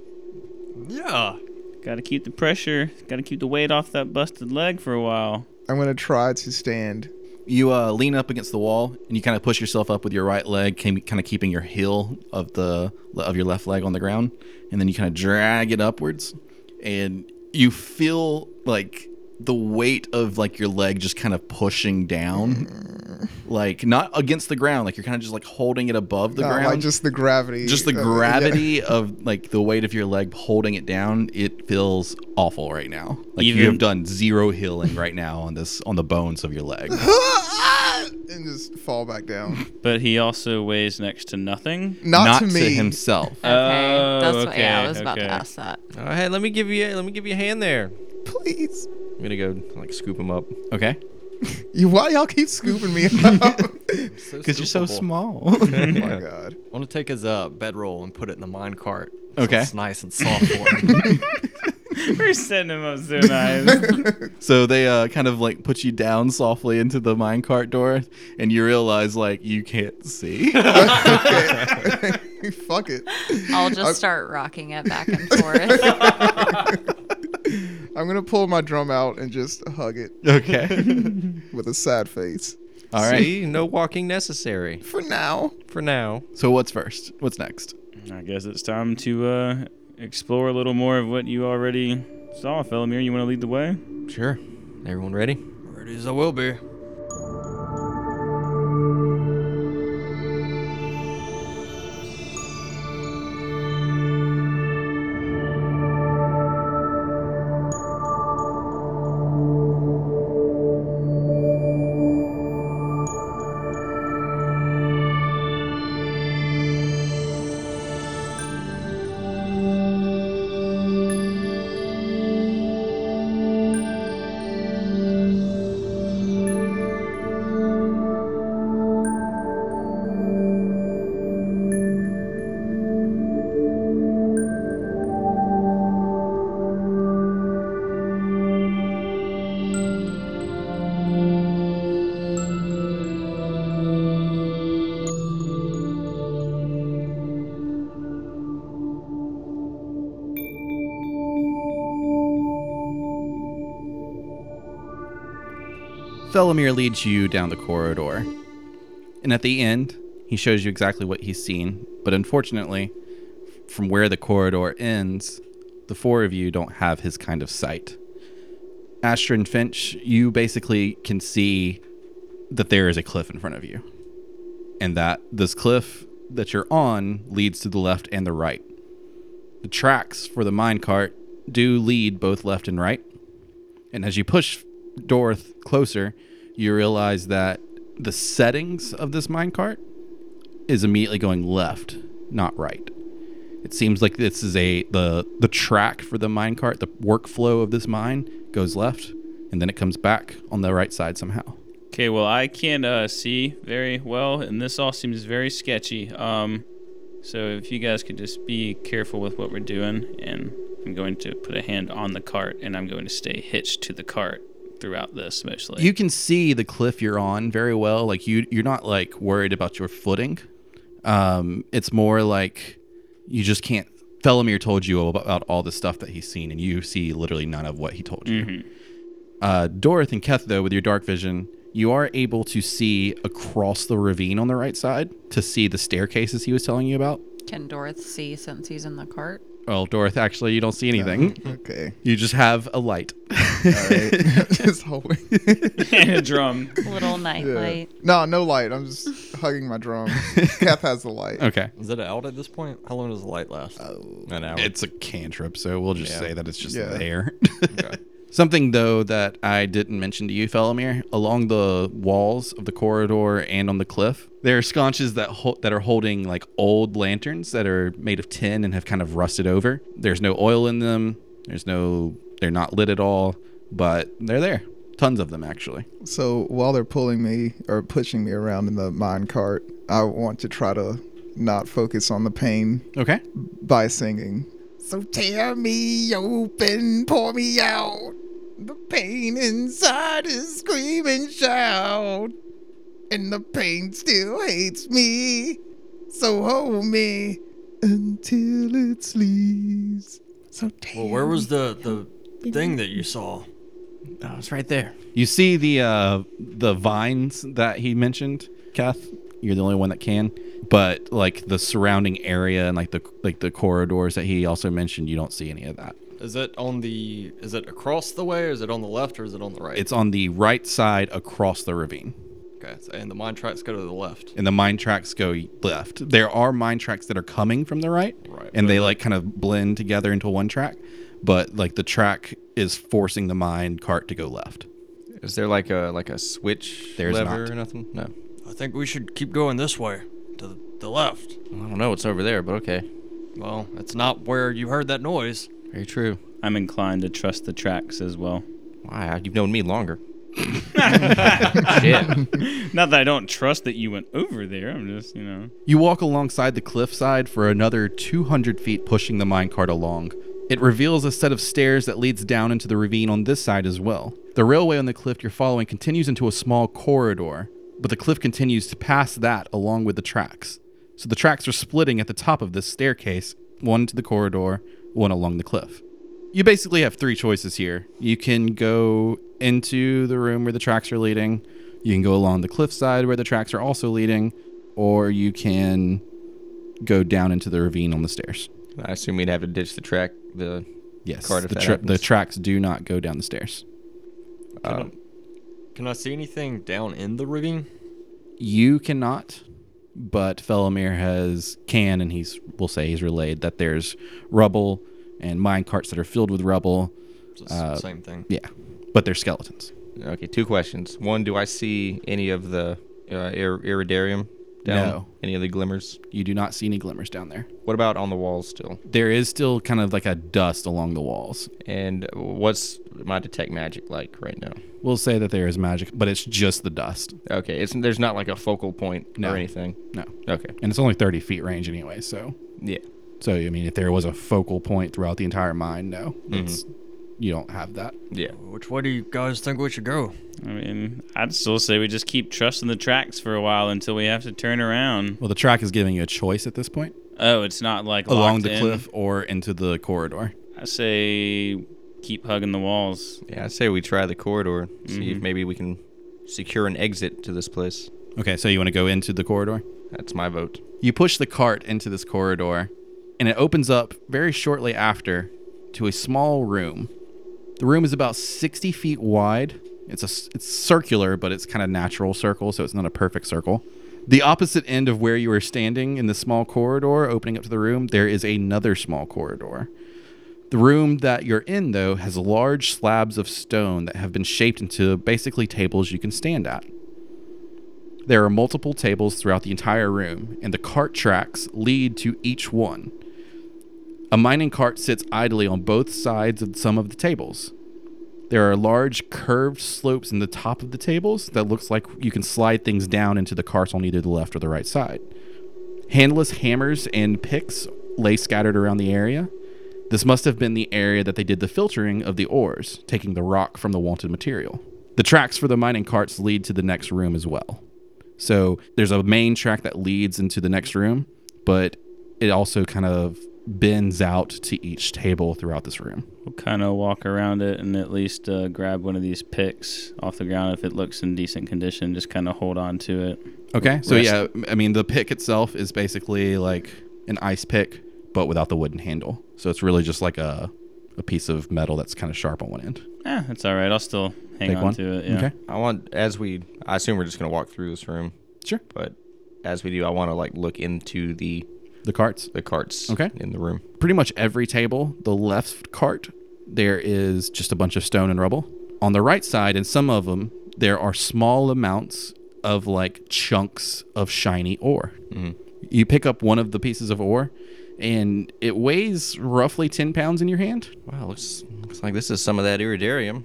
Speaker 6: yeah.
Speaker 7: Gotta keep the pressure. Gotta keep the weight off that busted leg for a while.
Speaker 4: I'm going to try to stand.
Speaker 2: You uh, lean up against the wall and you kind of push yourself up with your right leg, kind of keeping your heel of the of your left leg on the ground, and then you kind of drag it upwards, and you feel like the weight of like your leg just kind of pushing down, like not against the ground, like you're kind of just like holding it above the
Speaker 4: Not
Speaker 2: ground.
Speaker 4: uh, like just the gravity.
Speaker 2: just the
Speaker 4: of it. Uh, Yeah.
Speaker 2: gravity of like the weight of your leg holding it down it feels awful right now like you
Speaker 7: Even-
Speaker 2: have done zero healing right now on this on the bones of your leg
Speaker 4: Ah! and just fall back down.
Speaker 7: But he also weighs next to nothing.
Speaker 4: Not, to me.
Speaker 2: himself
Speaker 7: Oh,
Speaker 5: That's what, yeah, I
Speaker 7: okay,
Speaker 5: was about
Speaker 7: okay.
Speaker 5: to ask that.
Speaker 3: All right, Uh, let me give you, let me give you a hand there.
Speaker 4: Please.
Speaker 3: I'm gonna go like scoop him up.
Speaker 2: okay
Speaker 4: You why y'all keep scooping me up?
Speaker 2: because you're so
Speaker 6: scoopable.
Speaker 2: small
Speaker 4: oh my god.
Speaker 6: I want to take his uh, bedroll and put it in the mine cart. so
Speaker 2: Okay.
Speaker 6: It's nice and soft for him.
Speaker 7: We're sending him up so nice.
Speaker 2: so they uh, kind of like put you down softly into the minecart door and you realize like you can't see
Speaker 4: Okay. Fuck it.
Speaker 5: I'll just start rocking it back and forth.
Speaker 4: I'm gonna pull my drum out and just hug it
Speaker 2: okay
Speaker 4: with a sad face.
Speaker 2: all right
Speaker 3: See, no walking necessary
Speaker 4: For now.
Speaker 3: for now.
Speaker 2: so what's first what's next
Speaker 7: I guess it's time to uh, explore a little more of what you already saw, Felomir. You want to lead the way?
Speaker 3: Sure. Everyone ready?
Speaker 6: Ready as I will be.
Speaker 2: Felomir leads you down the corridor. And at the end, He shows you exactly what he's seen, but unfortunately, from where the corridor ends, the four of you don't have his kind of sight. Astra and Finch, you basically can see that there is a cliff in front of you, and that this cliff that you're on leads to the left and the right. The tracks for the minecart do lead both left and right, and as you push Dorth closer, you realize that the settings of this minecart is immediately going left, not right. It seems like this is a the the track for the minecart, the workflow of this mine goes left, and then it comes back on the right side somehow.
Speaker 7: Okay, well, I can't uh, see very well, and this all seems very sketchy. Um, so if you guys could just be careful with what we're doing, and I'm going to put a hand on the cart, and I'm going to stay hitched to the cart throughout this, mostly.
Speaker 2: You can see the cliff you're on very well. Like you, you're not like worried about your footing. Um, it's more like you just can't. Felomir told you about, about all the stuff that he's seen, and you see literally none of what he told you. Uh, Dorth and Keth, though, with your dark vision, you are able to see across the ravine on the right side to see the staircases he was telling you about.
Speaker 5: Can Dorth see since he's in the cart?
Speaker 2: Well, Dorth, actually, you don't see anything.
Speaker 4: Okay.
Speaker 2: You just have a light.
Speaker 4: All right. just hoping.
Speaker 7: and a drum.
Speaker 5: Little nightlight.
Speaker 4: No, no light. I'm just hugging my drum. Kath has the light.
Speaker 2: Okay.
Speaker 6: Is it out at this point? How long does the light last? An hour.
Speaker 2: It's a cantrip, so we'll just say that it's just
Speaker 4: Yeah.
Speaker 2: there.
Speaker 6: Okay.
Speaker 2: Something though that I didn't mention to you, Felomir, along the walls of the corridor and on the cliff, there are sconces that ho- that are holding like old lanterns that are made of tin and have kind of rusted over. There's no oil in them. There's no. They're not lit at all, but they're there. Tons of them actually.
Speaker 4: So while they're pulling me or pushing me around in the mine cart, I want to try to not focus on the pain
Speaker 2: Okay.
Speaker 4: by singing. So tear me open, pour me out. The pain inside is screaming shout. And the pain still hates me. So hold me until it sleeps. So tear
Speaker 8: Well, where was the the thing that you saw?
Speaker 3: Oh, it's right there.
Speaker 2: You see the uh, the vines that he mentioned, Kath. You're the only one that can. But like the surrounding area and like the like the corridors that he also mentioned, you don't see any of that.
Speaker 6: Is it on the? Is it across the way? Or is it on the left or is it on the right?
Speaker 2: It's on the right side across the ravine,
Speaker 6: okay. so- And the mine tracks go to the left.
Speaker 2: and the mine tracks go left. There are mine tracks that are coming from the right,
Speaker 6: Right,
Speaker 2: and they like kind of blend together into one track. But like the track is forcing the mine cart to go left.
Speaker 3: Is there like a like a switch
Speaker 2: There's
Speaker 3: lever
Speaker 2: not.
Speaker 3: or nothing? No.
Speaker 8: I think we should keep going this way to the, the left.
Speaker 3: Well, I don't know. It's over there, but okay.
Speaker 8: Well, it's not where you heard that noise.
Speaker 3: Very true.
Speaker 7: I'm inclined to trust the tracks as well.
Speaker 3: Why? You've known me longer.
Speaker 7: Not that I don't trust that you went over there. I'm just, you know.
Speaker 2: You walk alongside the cliffside for another 200 feet, pushing the minecart along. It reveals a set of stairs that leads down into the ravine on this side as well. The railway on the cliff you're following continues into a small corridor, but the cliff continues to pass that along with the tracks. So the tracks are splitting at the top of this staircase, one to the corridor, one along the cliff. You basically have three choices here. You can go into the room where the tracks are leading, you can go along the cliffside where the tracks are also leading, or you can go down into the ravine on the stairs.
Speaker 3: I assume we'd have to ditch the track. The
Speaker 2: Yes,
Speaker 3: Card if
Speaker 2: the,
Speaker 3: that
Speaker 2: tra- the
Speaker 3: happens.
Speaker 2: tracks do not go down the stairs.
Speaker 6: Can, I, can I see anything down in the ravine?
Speaker 2: You cannot, but Felomir has can, and he's will say he's relayed that there's rubble and mine carts that are filled with rubble.
Speaker 6: Just
Speaker 2: Uh,
Speaker 6: same thing.
Speaker 2: Yeah, but they're skeletons.
Speaker 3: okay. Two questions. One, do I see any of the uh, ir- iridarium? Down?
Speaker 2: No.
Speaker 3: Any of the glimmers?
Speaker 2: You do not see any glimmers down there.
Speaker 3: What about on the walls still?
Speaker 2: There is still kind of like a dust along the walls.
Speaker 3: And what's my detect magic like right now?
Speaker 2: We'll say that there is magic, but it's just the dust.
Speaker 3: Okay, it's there's not like a focal point
Speaker 2: No.
Speaker 3: or anything.
Speaker 2: No,
Speaker 3: Okay.
Speaker 2: and it's only thirty feet range anyway. So
Speaker 3: Yeah.
Speaker 2: So I mean, if there was a focal point throughout the entire mine, no,
Speaker 7: Mm-hmm.
Speaker 2: it's you don't have that.
Speaker 3: Yeah.
Speaker 8: Which way do you guys think we should go?
Speaker 7: I mean, I'd still say we just keep trusting the tracks for a while until we have to turn around.
Speaker 2: Well, the track is giving you a choice at this point,
Speaker 7: Oh, it's not like
Speaker 2: along
Speaker 7: locked
Speaker 2: the
Speaker 7: in.
Speaker 2: cliff or into the corridor.
Speaker 7: I say keep hugging the walls.
Speaker 3: Yeah, I say we try the corridor,
Speaker 2: Mm-hmm.
Speaker 3: see if maybe we can secure an exit to this place.
Speaker 2: Okay, so you want to go into the corridor?
Speaker 3: That's my vote.
Speaker 2: You push the cart into this corridor, and it opens up very shortly after to a small room. The room is about 60 feet wide. It's a s- it's circular, but it's kind of natural circle, so it's not a perfect circle. The opposite end of where you are standing in the small corridor opening up to the room, there is another small corridor. The room that you're in though has large slabs of stone that have been shaped into basically tables you can stand at. There are multiple tables throughout the entire room, and the cart tracks lead to each one. A mining cart sits idly on both sides of some of the tables. There are large curved slopes in the top of the tables that looks like you can slide things down into the carts on either the left or the right side. Handless hammers and picks lay scattered around the area. This must have been the area that they did the filtering of the ores, taking the rock from the wanted material. The tracks for the mining carts lead to the next room as well. So there's a main track that leads into the next room, but it also kind of bends out to each table throughout this room.
Speaker 7: We'll kind of walk around it and at least uh, grab one of these picks off the ground if it looks in decent condition. Just kind of hold on to it.
Speaker 2: Okay. So
Speaker 7: Rest-
Speaker 2: yeah, I mean the pick itself is basically like an ice pick, but without the wooden handle. So it's really just like a a piece of metal that's kind of sharp on one end.
Speaker 7: Ah, that's all right. I'll still hang
Speaker 2: Take
Speaker 7: on
Speaker 2: one.
Speaker 7: to it. Yeah.
Speaker 2: Okay.
Speaker 3: I want as we. I assume we're just gonna walk through this room,
Speaker 2: Sure.
Speaker 3: but as we do, I want to like look into the
Speaker 2: The carts.
Speaker 3: the carts.
Speaker 2: Okay.
Speaker 3: In the room.
Speaker 2: pretty much every table, the left cart, there is just a bunch of stone and rubble. On the right side, and some of them, there are small amounts of like chunks of shiny ore. You pick up one of the pieces of ore, and it weighs roughly 10 pounds in your hand.
Speaker 3: Wow, looks looks like this is some of that iridarium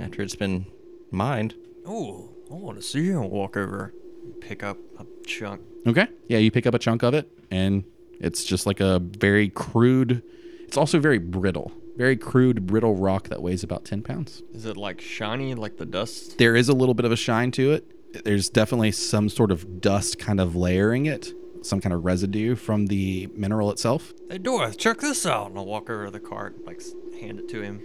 Speaker 3: after it's been mined.
Speaker 8: Ooh, I want to see him walk over, and pick up a chunk.
Speaker 2: Okay. Yeah, you pick up a chunk of it, and it's just like a very crude, it's also very brittle, very crude, brittle rock that weighs about 10 pounds.
Speaker 6: Is it like shiny, like the dust?
Speaker 2: there is a little bit of a shine to it. There's definitely some sort of dust kind of layering it, some kind of residue from the mineral itself.
Speaker 8: Hey, Dora, check this out. And I'll walk over to the cart, like, s- hand it to him.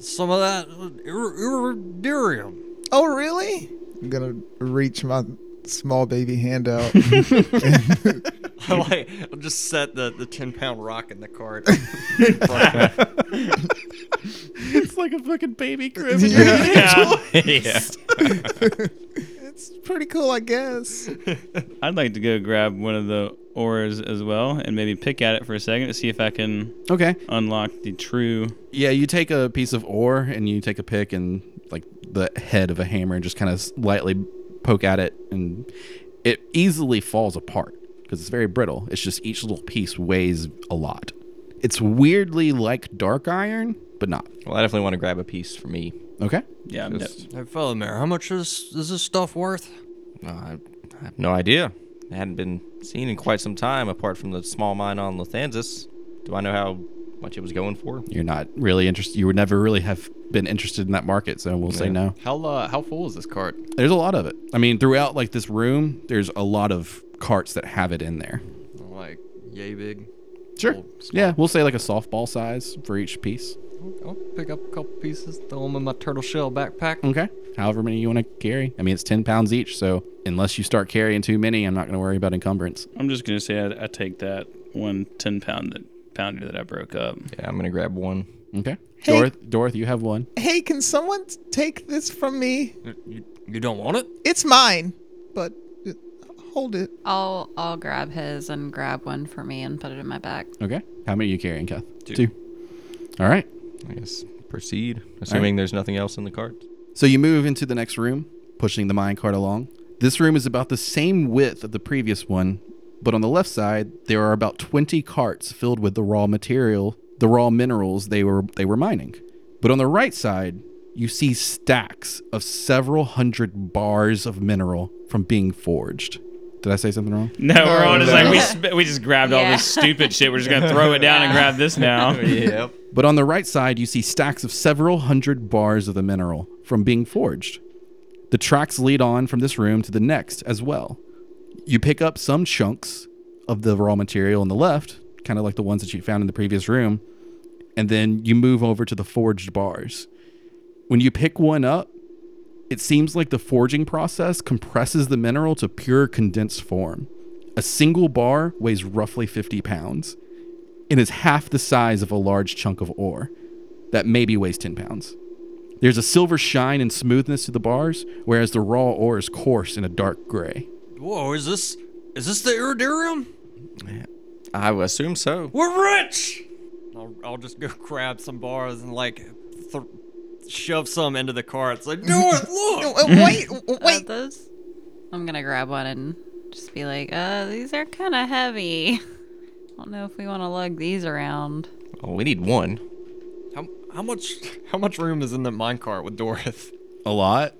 Speaker 8: Some of that uh, ir- iridarium.
Speaker 4: Oh, really? I'm gonna reach my small baby hand out.
Speaker 8: like, I'll just set the, the 10 pound rock in the cart.
Speaker 2: It's like a fucking baby crib.
Speaker 7: yeah.
Speaker 4: it's pretty cool, I guess.
Speaker 7: I'd like to go grab one of the ores as well and maybe pick at it for a second to see if I can
Speaker 2: Okay.
Speaker 7: unlock the true.
Speaker 2: Yeah, you take a piece of ore and you take a pick and like the head of a hammer and just kind of lightly poke at it, and it easily falls apart because it's very brittle. It's just each little piece weighs a lot. It's weirdly like dark iron, but not.
Speaker 3: Well, I definitely want to grab a piece for me.
Speaker 2: Okay.
Speaker 7: Yeah, I'm
Speaker 3: Just-
Speaker 8: hey, fella, there, how much is, is this stuff worth?
Speaker 3: Uh, I, I have no idea. It hadn't been seen in quite some time, apart from the small mine on Lathansis. Do I know how much it was going for?
Speaker 2: you're not really interested. You would never really have been interested in that market, so we'll say
Speaker 3: Yeah.
Speaker 2: no.
Speaker 6: How uh, how full is this cart?
Speaker 2: There's a lot of it. I mean, throughout like this room, there's a lot of carts that have it in there.
Speaker 6: Like yay big.
Speaker 2: Sure.
Speaker 6: Well, small.
Speaker 2: Yeah, we'll say like a softball size for each piece.
Speaker 6: I'll pick up a couple pieces, throw them in my turtle shell backpack.
Speaker 2: Okay. However many you want to carry. I mean, it's ten pounds each, so unless you start carrying too many, I'm not going to worry about encumbrance.
Speaker 7: I'm just gonna say I, I take that one 10 pound that pounder that I broke up.
Speaker 3: Yeah, I'm gonna grab one.
Speaker 2: Okay.
Speaker 4: Hey.
Speaker 2: Dorothy, Dorothy, you have one.
Speaker 4: Hey, can someone t- take this from me?
Speaker 8: You, you don't want it?
Speaker 4: It's mine, but uh, hold it.
Speaker 5: I'll I'll grab his and grab one for me and put it in my bag.
Speaker 2: Okay. How many are you carrying, Kath? Two. All right.
Speaker 3: I guess proceed, assuming there's nothing else in the cart.
Speaker 2: So you move into the next room, pushing the mine cart along. This room is about the same width of the previous one, but on the left side there are about 20 carts filled with the raw material, the raw minerals they were they were mining. But on the right side, you see stacks of several hundred bars of mineral from being forged. Did I say something wrong?
Speaker 7: No, we're on is
Speaker 4: no.
Speaker 7: like we sp- we just grabbed all
Speaker 5: Yeah.
Speaker 7: this stupid shit. We're just gonna throw it down and grab this now.
Speaker 3: yep.
Speaker 2: But on the right side, you see stacks of several hundred bars of the mineral from being forged. The tracks lead on from this room to the next as well. You pick up some chunks of the raw material on the left, kind of like the ones that you found in the previous room, and then you move over to the forged bars. When you pick one up, It seems like the forging process compresses the mineral to pure condensed form. A single bar weighs roughly 50 pounds and is half the size of a large chunk of ore that maybe weighs 10 pounds. There's a silver shine and smoothness to the bars, whereas the raw ore is coarse and a dark gray.
Speaker 8: Whoa, is this is this the Iridarium?
Speaker 3: I would assume so.
Speaker 8: We're rich. I'll, I'll just go grab some bars and like th- shove some into the cart. It's like, North,
Speaker 4: Oh,
Speaker 8: look.
Speaker 4: uh, wait, w-
Speaker 5: Uh,
Speaker 4: wait.
Speaker 5: those. I'm gonna grab one and just be like, uh, these are kind of heavy. Don't know if we want to lug these around.
Speaker 3: Oh, we need one.
Speaker 6: How, how much how much room is in the minecart with Dorith?
Speaker 2: A lot?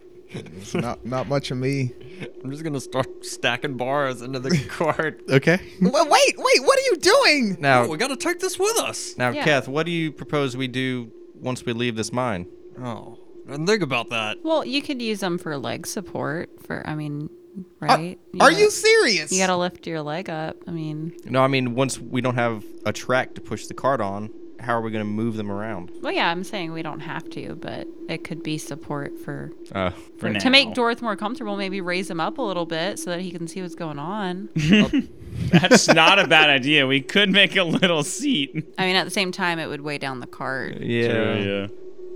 Speaker 4: not not much of me.
Speaker 6: I'm just gonna start stacking bars into the cart.
Speaker 2: Okay.
Speaker 4: Wait, wait, wait, what are you doing?
Speaker 3: Now,
Speaker 8: Oh, we gotta take this with us.
Speaker 3: now,
Speaker 5: Yeah.
Speaker 3: Kath, what do you propose we do once we leave this mine?
Speaker 8: Oh, I didn't think about that.
Speaker 5: Well, you could use them for leg support. For I mean, right?
Speaker 4: Are
Speaker 5: got-
Speaker 4: you serious?
Speaker 5: You gotta lift your leg up. I mean,
Speaker 3: No, I mean, once we don't have a track to push the cart on, how are we going to move them around?
Speaker 5: well, yeah, I'm saying we don't have to, but it could be support for,
Speaker 3: Uh,
Speaker 7: For now.
Speaker 5: to make Dorth more comfortable. Maybe raise him up a little bit so that he can see what's going on.
Speaker 7: That's not a bad idea. We could make a little seat.
Speaker 5: I mean, at the same time, it would weigh down the cart.
Speaker 3: yeah.
Speaker 7: yeah.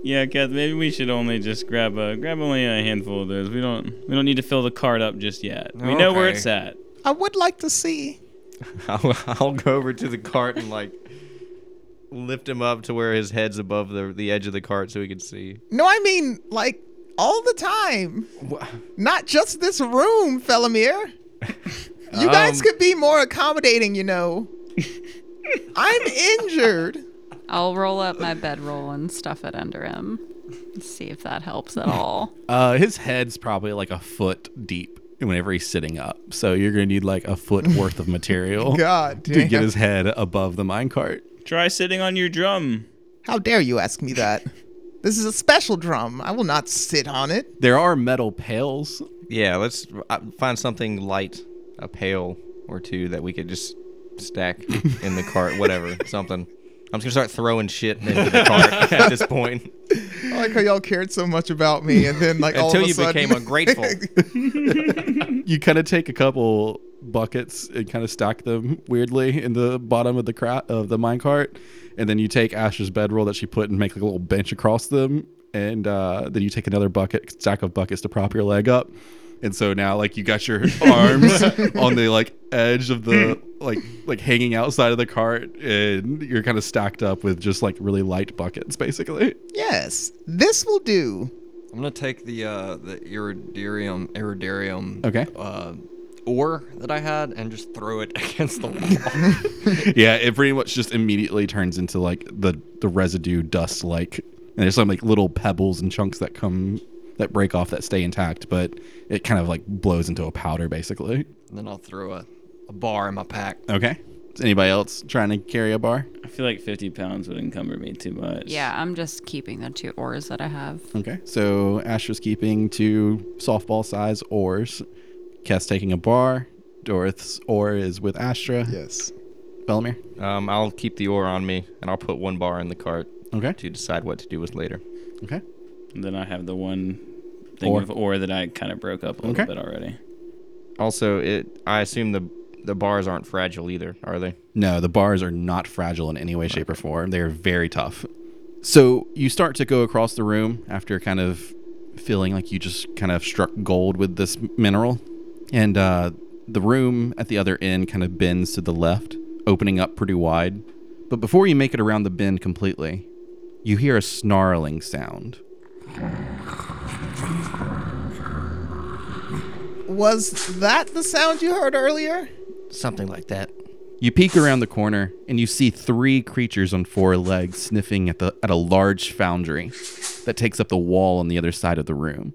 Speaker 7: Yeah, Kath, maybe we should only just grab a grab only a handful of those. We don't we don't need to fill the cart up just yet. We know where
Speaker 8: Okay.
Speaker 7: it's at.
Speaker 4: I would like to see.
Speaker 3: I'll, I'll go over to the cart and like lift him up to where his head's above the the edge of the cart so he can see.
Speaker 4: No, I mean like all the time. Not just this room, Felomir. You guys
Speaker 3: Um,
Speaker 4: could be more accommodating, you know. I'm injured.
Speaker 5: I'll roll up my bedroll and stuff it under him. See if that helps at all.
Speaker 2: Uh, his head's probably like a foot deep whenever he's sitting up. So you're going to need like a foot worth of material
Speaker 4: God
Speaker 2: to get
Speaker 4: damn.
Speaker 2: his head above the minecart.
Speaker 7: Try sitting on your drum.
Speaker 4: How dare you ask me that? This is a special drum. I will not sit on it.
Speaker 2: There are metal pails.
Speaker 3: Yeah, let's uh, find something light, a pail or two that we could just stack in the cart, whatever, something. I'm just gonna start throwing shit into the cart at this point
Speaker 4: I like how y'all cared so much about me, and then like all
Speaker 3: until
Speaker 4: of a
Speaker 3: you
Speaker 4: sudden,
Speaker 3: became ungrateful.
Speaker 2: You kind of take a couple buckets and kind of stack them weirdly in the bottom of the cra- of the minecart, and then you take Asher's bedroll that she put and make like a little bench across them, and uh, then you take another bucket stack of buckets to prop your leg up, and so now like you got your arms on the like edge of the like like hanging outside of the cart, and you're kind of stacked up with just like really light buckets basically.
Speaker 4: yes, this will do.
Speaker 6: I'm gonna take the uh, the iridarium iridarium
Speaker 2: Okay.
Speaker 6: uh, ore that I had and just throw it against the wall.
Speaker 2: yeah, it pretty much just immediately turns into like the the residue dust like and there's some like little pebbles and chunks that come that break off that stay intact, but it kind of like blows into a powder basically.
Speaker 6: and then I'll throw a, a bar in my pack.
Speaker 2: Okay. Is anybody else trying to carry a bar?
Speaker 7: I feel like 50 pounds would encumber me too much.
Speaker 5: Yeah, I'm just keeping the two ores that I have.
Speaker 2: Okay. So Asher's keeping two softball size oars. Kes taking a bar. Dorith's oar is with Astra.
Speaker 4: Yes.
Speaker 2: Bellamere.
Speaker 3: Um, I'll keep the ore on me and I'll put one bar in the cart
Speaker 2: Okay.
Speaker 3: to decide what to do with later.
Speaker 2: Okay.
Speaker 7: And then I have the one thing
Speaker 2: Ore.
Speaker 7: of ore that I kind of broke up a little
Speaker 2: Okay.
Speaker 7: bit already.
Speaker 3: Also, it I assume the the bars aren't fragile either, are they?
Speaker 2: No, the bars are not fragile in any way, shape, or form. They are very tough. So you start to go across the room after kind of feeling like you just kind of struck gold with this mineral. And uh, the room at the other end kind of bends to the left, opening up pretty wide. But before you make it around the bend completely, you hear a snarling sound.
Speaker 4: Was that the sound you heard earlier?
Speaker 3: Something like that.
Speaker 2: You peek around the corner and you see three creatures on four legs sniffing at the at a large foundry that takes up the wall on the other side of the room.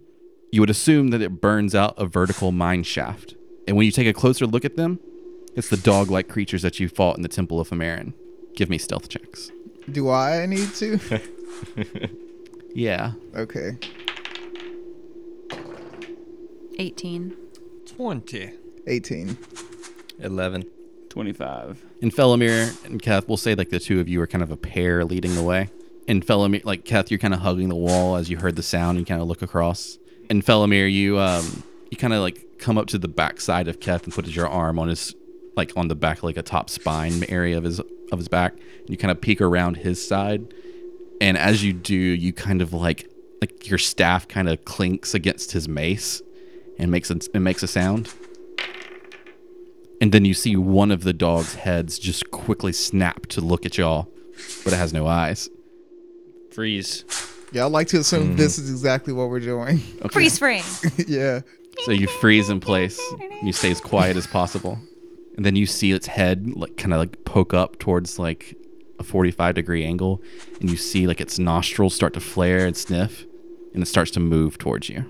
Speaker 2: You would assume that it burns out a vertical mine shaft. And when you take a closer look at them, it's the dog-like creatures that you fought in the Temple of Hamarin. Give me stealth checks.
Speaker 4: Do I need to?
Speaker 2: Yeah.
Speaker 4: okay.
Speaker 5: 18.
Speaker 8: Twenty.
Speaker 4: 18.
Speaker 3: Eleven.
Speaker 7: 25.
Speaker 2: And Felomir and Keth, we'll say like the two of you are kind of a pair leading the way. And Felomir, like Keth, you're kind of hugging the wall as you heard the sound and kind of look across. And Felomir, you um, you kind of like come up to the backside of Keth and put your arm on his like on the back, like a top spine area of his of his back, and you kind of peek around his side. And as you do, you kind of like like your staff kind of clinks against his mace, and makes a, it makes a sound. And then you see one of the dog's heads just quickly snap to look at y'all, but it has no eyes.
Speaker 7: Freeze.
Speaker 4: Yeah, I like to assume this is exactly what we're doing.
Speaker 2: Okay.
Speaker 5: Free spring.
Speaker 4: yeah.
Speaker 2: So you freeze in place. and You stay as quiet as possible, and then you see its head like kind of like poke up towards like a forty-five degree angle, and you see like its nostrils start to flare and sniff, and it starts to move towards you.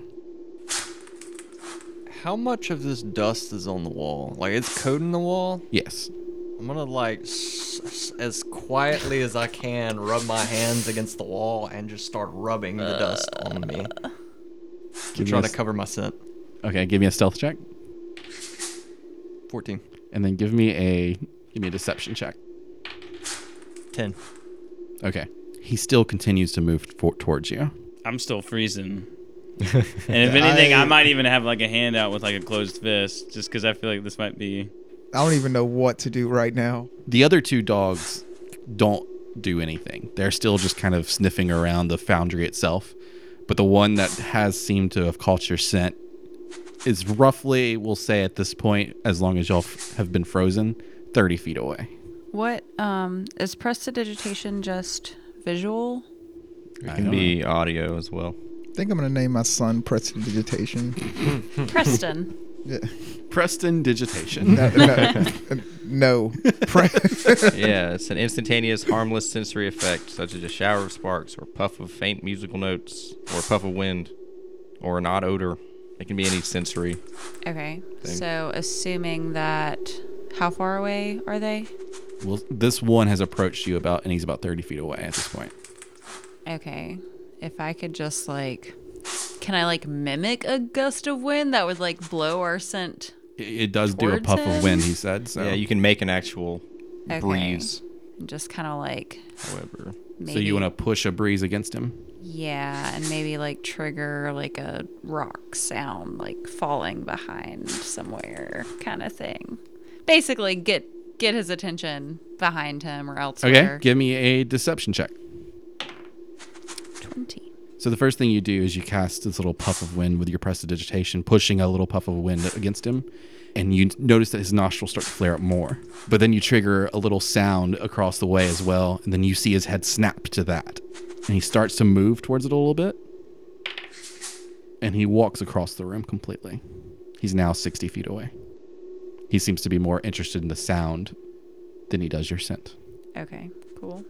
Speaker 6: How much of this dust is on the wall? Like it's coating the wall.
Speaker 2: Yes.
Speaker 6: I'm gonna like s- s- as quietly as I can rub my hands against the wall and just start rubbing the dust on me. I'm
Speaker 2: Uh, Give me
Speaker 6: trying
Speaker 2: a
Speaker 6: to
Speaker 2: s-
Speaker 6: cover my scent.
Speaker 2: Okay, give me a stealth check,
Speaker 6: 14,
Speaker 2: and then give me a give me a deception check.
Speaker 6: 10.
Speaker 2: Okay. He still continues to move for- towards you.
Speaker 7: I'm still freezing. and if anything, I, might even have like a handout with like a closed fist, just because I feel like this might be.
Speaker 4: I don't even know what to do right now.
Speaker 2: The other two dogs don't do anything. They're still just kind of sniffing around the foundry itself. But the one that has seemed to have caught your scent is roughly, we'll say at this point, as long as y'all f- have been frozen, 30 feet away.
Speaker 5: What um is prestidigitation just visual?
Speaker 2: I
Speaker 3: It can
Speaker 2: don't
Speaker 3: be audio as well.
Speaker 4: I think I'm gonna name my son Prestidigitation.
Speaker 5: Preston.
Speaker 4: Yeah.
Speaker 2: know. Preston Digitation.
Speaker 4: No, no, no. Pre-
Speaker 3: yeah, it's an instantaneous, harmless sensory effect, such as a shower of sparks, or a puff of faint musical notes, or a puff of wind, or an odd odor. It can be any sensory.
Speaker 5: Okay. So assuming that how far away are they?
Speaker 2: well, this one has approached you about, and he's about 30 feet away at this point.
Speaker 5: Okay. If I could just like can I like mimic a gust of wind that would like blow our scent?
Speaker 2: It, it does do a
Speaker 5: Towards
Speaker 2: puff
Speaker 5: him?
Speaker 2: of wind, he said. So
Speaker 3: Yeah, you can make an actual
Speaker 5: Okay.
Speaker 3: breeze,
Speaker 5: And just kind of like
Speaker 3: however.
Speaker 5: maybe
Speaker 2: so you want to push a breeze against him?
Speaker 5: Yeah, and maybe like trigger like a rock sound, like falling behind somewhere kind of thing. Basically, get get his attention behind him or
Speaker 2: Okay,
Speaker 5: elsewhere.
Speaker 2: give me a deception check.
Speaker 5: twenty.
Speaker 2: So the first thing you do is you cast this little puff of wind with your prestidigitation, pushing a little puff of wind against him, and you notice that his nostrils start to flare up more. But then you trigger a little sound across the way as well, and then you see his head snap to that, and he starts to move towards it a little bit, and he walks across the room completely. He's now sixty feet away. He seems to be more interested in the sound than he does your scent.
Speaker 5: Okay, cool.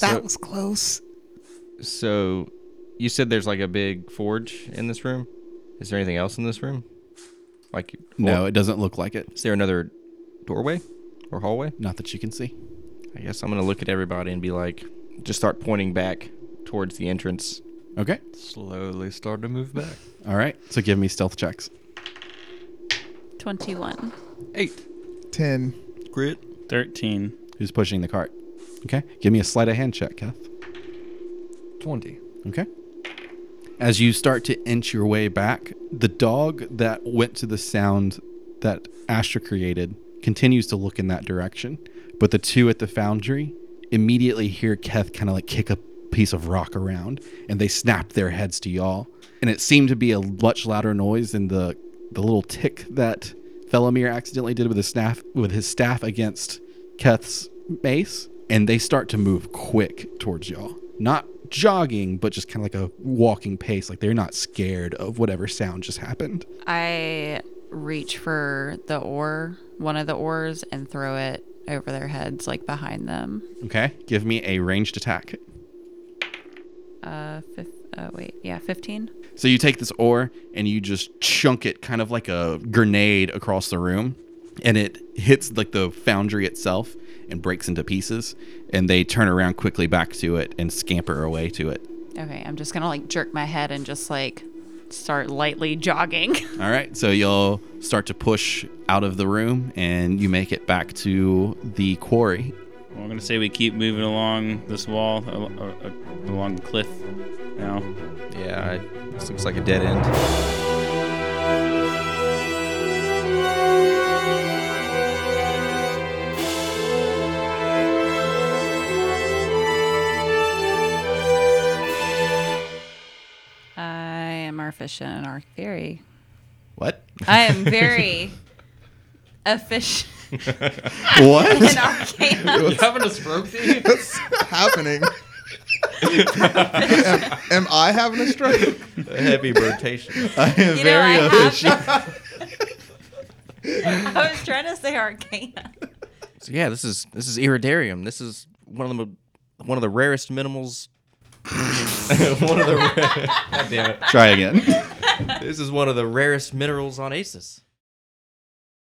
Speaker 4: that was close.
Speaker 3: So, you said there's like a big forge in this room. Is there anything else in this room? Like,
Speaker 2: No,
Speaker 3: or-
Speaker 2: it doesn't look like it.
Speaker 3: Is there another doorway or hallway?
Speaker 2: Not that you can see.
Speaker 3: I guess I'm gonna look at everybody and be like, just start pointing back towards the entrance.
Speaker 2: Okay.
Speaker 6: Slowly start to move back.
Speaker 2: All right. So give me stealth checks.
Speaker 5: Twenty-one.
Speaker 6: Eight.
Speaker 4: Ten.
Speaker 6: Grit.
Speaker 7: 13.
Speaker 2: Who's pushing the cart? Okay. Give me a sleight of hand check, Kath.
Speaker 6: 20.
Speaker 2: Okay. As you start to inch your way back, the dog that went to the sound that Astra created continues to look in that direction. But the two at the foundry immediately hear Keth kind of like kick a piece of rock around and they snap their heads to y'all. And it seemed to be a much louder noise than the the little tick that Felomir accidentally did with his staff with his staff against Keth's mace, and they start to move quick towards y'all. Not jogging, but just kind of like a walking pace. Like they're not scared of whatever sound just happened.
Speaker 5: I reach for the oar, one of the oars, and throw it over their heads, like behind them.
Speaker 2: Okay, give me a ranged attack.
Speaker 5: Uh, fif- uh wait, yeah, fifteen.
Speaker 2: So you take this oar and you just chunk it kind of like a grenade across the room and it hits like the foundry itself and breaks into pieces and they turn around quickly back to it and scamper away to it.
Speaker 5: Okay, I'm just gonna like jerk my head and just like start lightly jogging.
Speaker 2: All right, so you'll start to push out of the room and you make it back to the quarry.
Speaker 7: Well, I'm going to say we keep moving along this wall, a- a- a- along uh, the cliff, now.
Speaker 3: Yeah, I, this looks like a dead end.
Speaker 5: I am more efficient in our theory.
Speaker 2: What?
Speaker 5: I am very efficient
Speaker 2: What?
Speaker 5: in Arcana.
Speaker 6: You having a stroke? Dee?
Speaker 4: What's happening? am, am I having a stroke?
Speaker 3: A heavy rotation.
Speaker 2: I am
Speaker 5: You know,
Speaker 2: very
Speaker 5: I
Speaker 2: efficient.
Speaker 5: I was trying to say Arcana.
Speaker 3: so yeah, this is this is iridarium. This is one of the mo- one of the rarest minimals. one of the ra- God damn it.
Speaker 2: Try again.
Speaker 3: This is one of the rarest minerals on Aces.